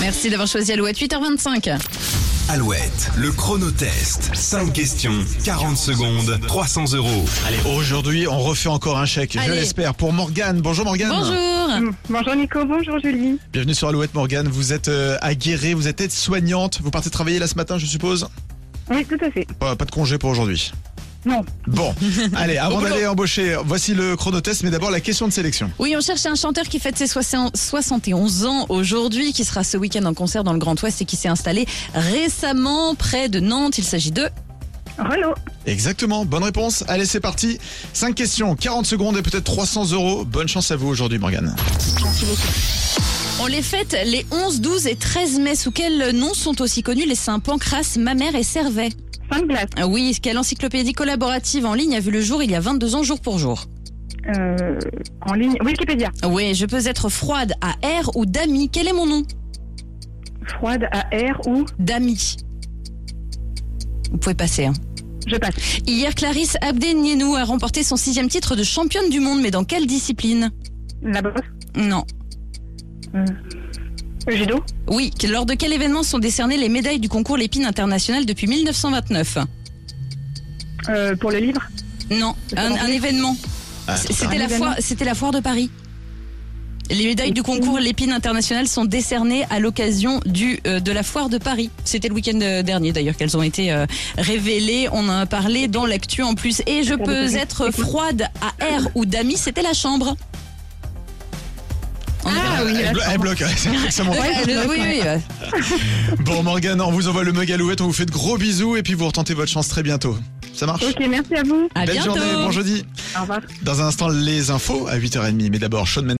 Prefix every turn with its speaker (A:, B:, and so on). A: Merci d'avoir choisi Alouette 8h25.
B: Alouette, le chronotest. 5 questions, 40 secondes, 300 euros.
C: Allez, aujourd'hui, on refait encore un chèque, je
A: Allez.
C: l'espère, pour Morgane. Bonjour Morgane.
A: Bonjour.
D: Hum, Bonjour Nico, bonjour Julie.
C: Bienvenue sur Alouette Morgane. Vous êtes euh, aguerrée, vous êtes aide-soignante. Vous partez travailler là ce matin, je suppose
D: Oui, tout à fait.
C: Pas- Pas de congé pour aujourd'hui.
D: Non.
C: Bon, allez, avant d'aller embaucher, voici le chronotest, mais d'abord la question de sélection.
A: Oui, on cherche un chanteur qui fête ses soixante- 71 ans aujourd'hui, qui sera ce week-end en concert dans le Grand Ouest et qui s'est installé récemment près de Nantes. Il s'agit de...
D: Renaud.
C: Exactement, bonne réponse. Allez, c'est parti. 5 questions, 40 secondes et peut-être 300 euros. Bonne chance à vous aujourd'hui, Morgane.
A: On les fête les 11, 12 et 13 mai. Sous quel nom sont aussi connus les saints Pancras, Mamère et Servet
D: Sainte Glace.
A: Ah Oui, quelle encyclopédie collaborative en ligne a vu le jour il y a 22 ans jour pour jour
D: Euh, en ligne. Wikipédia.
A: Ah Oui, je peux être froide à R ou Dami. Quel est mon nom
D: Froide à air ou
A: Dami. Vous pouvez passer. hein.
D: je passe.
A: Hier, Clarisse Abden-Nienou a remporté son sixième titre de championne du monde, mais dans quelle discipline
D: La bosse.
A: Non.
D: Le judo.
A: Oui, que- lors de quel événement sont décernées les médailles du concours Lépine international depuis 1929
D: Euh, pour le livre.
A: Non, un, un événement.
C: Ah,
A: C- C'était
D: Un
A: la,
D: événement.
A: foire- c'était la foire de Paris. Les médailles du concours Lépine international sont décernées à l'occasion du euh, de la foire de Paris. C'était le week-end euh, dernier d'ailleurs qu'elles ont été euh, révélées. On en a parlé dans l'actu en plus. Et je peux être froide à air ou d'amis. C'était la chambre. On est
D: Ah oui,
C: elle,
D: la
C: blo- elle
D: chambre.
C: bloque, c'est extrêmement
A: Ouais, le- oui, oui, ouais.
C: Bon Morgane, on vous envoie le mug Alouette, on vous fait de gros bisous et puis vous retentez votre chance très bientôt. Ça marche
D: Ok, merci à vous.
A: À
C: Belle
A: bientôt.
C: journée, bon jeudi.
D: Au revoir.
C: Dans un instant, les infos à 8h30. Mais d'abord, Sean Mendes.